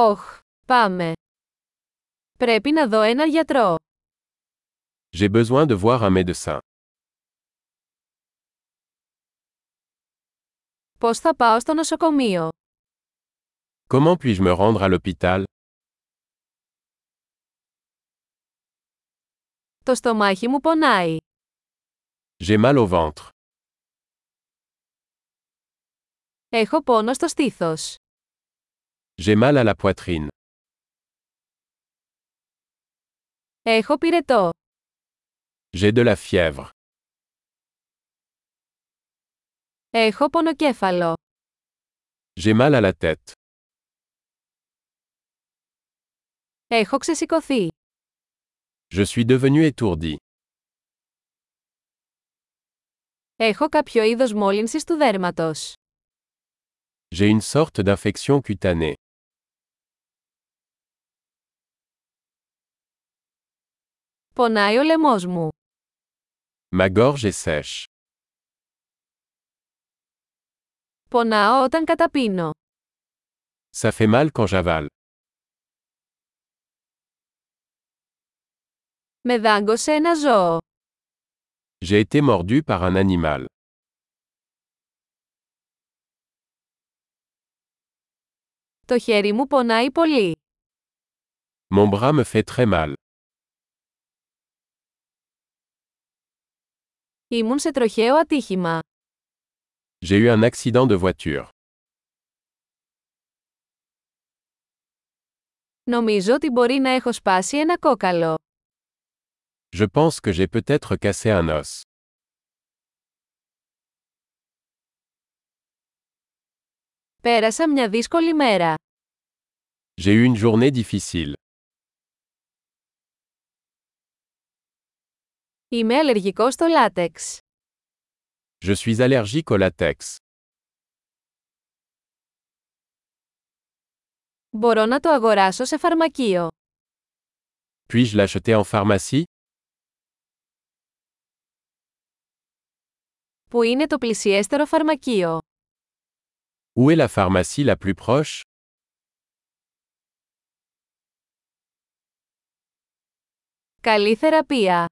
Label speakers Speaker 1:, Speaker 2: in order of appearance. Speaker 1: Ωχ, πάμε. Πρέπει να δω έναν γιατρό.
Speaker 2: J'ai besoin de voir un médecin.
Speaker 1: Πώς θα πάω στο νοσοκομείο.
Speaker 2: Comment puis-je me rendre à l'hôpital
Speaker 1: Το στομάχι μου πονάει.
Speaker 2: J'ai mal au ventre.
Speaker 1: Έχω πόνο στο στήθος.
Speaker 2: J'ai mal à la poitrine.
Speaker 1: Έχω πυρετό.
Speaker 2: J'ai de la fièvre.
Speaker 1: Έχω πονοκέφαλο.
Speaker 2: J'ai mal à la tête.
Speaker 1: Έχω ξεσηκωθεί.
Speaker 2: Je suis devenu étourdi.
Speaker 1: Έχω κάποιο είδος μόλυνσης του δέρματος.
Speaker 2: J'ai une sorte d'infection cutanée.
Speaker 1: Πονάει ο λαιμός μου.
Speaker 2: Ma gorge est sèche.
Speaker 1: Πονάω όταν καταπίνω.
Speaker 2: Ça fait mal quand j'avale.
Speaker 1: Με δάγκωσε ένα ζώο.
Speaker 2: J'ai été mordu par un animal.
Speaker 1: Το χέρι μου πονάει πολύ.
Speaker 2: Mon bras me fait très mal.
Speaker 1: Ήμουν σε τροχαίο ατύχημα.
Speaker 2: J'ai eu un accident de voiture.
Speaker 1: Νομίζω ότι μπορεί να έχω σπάσει ένα κόκαλο.
Speaker 2: Je pense que j'ai peut-être cassé un os.
Speaker 1: Πέρασα μια δύσκολη μέρα.
Speaker 2: J'ai eu une journée difficile.
Speaker 1: Είμαι αλλεργικός στο λάτεξ.
Speaker 2: Je suis allergique au latex.
Speaker 1: Μπορώ να το αγοράσω σε φαρμακείο.
Speaker 2: Puis-je l'acheter en pharmacie
Speaker 1: Πού είναι το πλησιέστερο φαρμακείο.
Speaker 2: Où est la pharmacie la plus proche
Speaker 1: Καλή θεραπεία.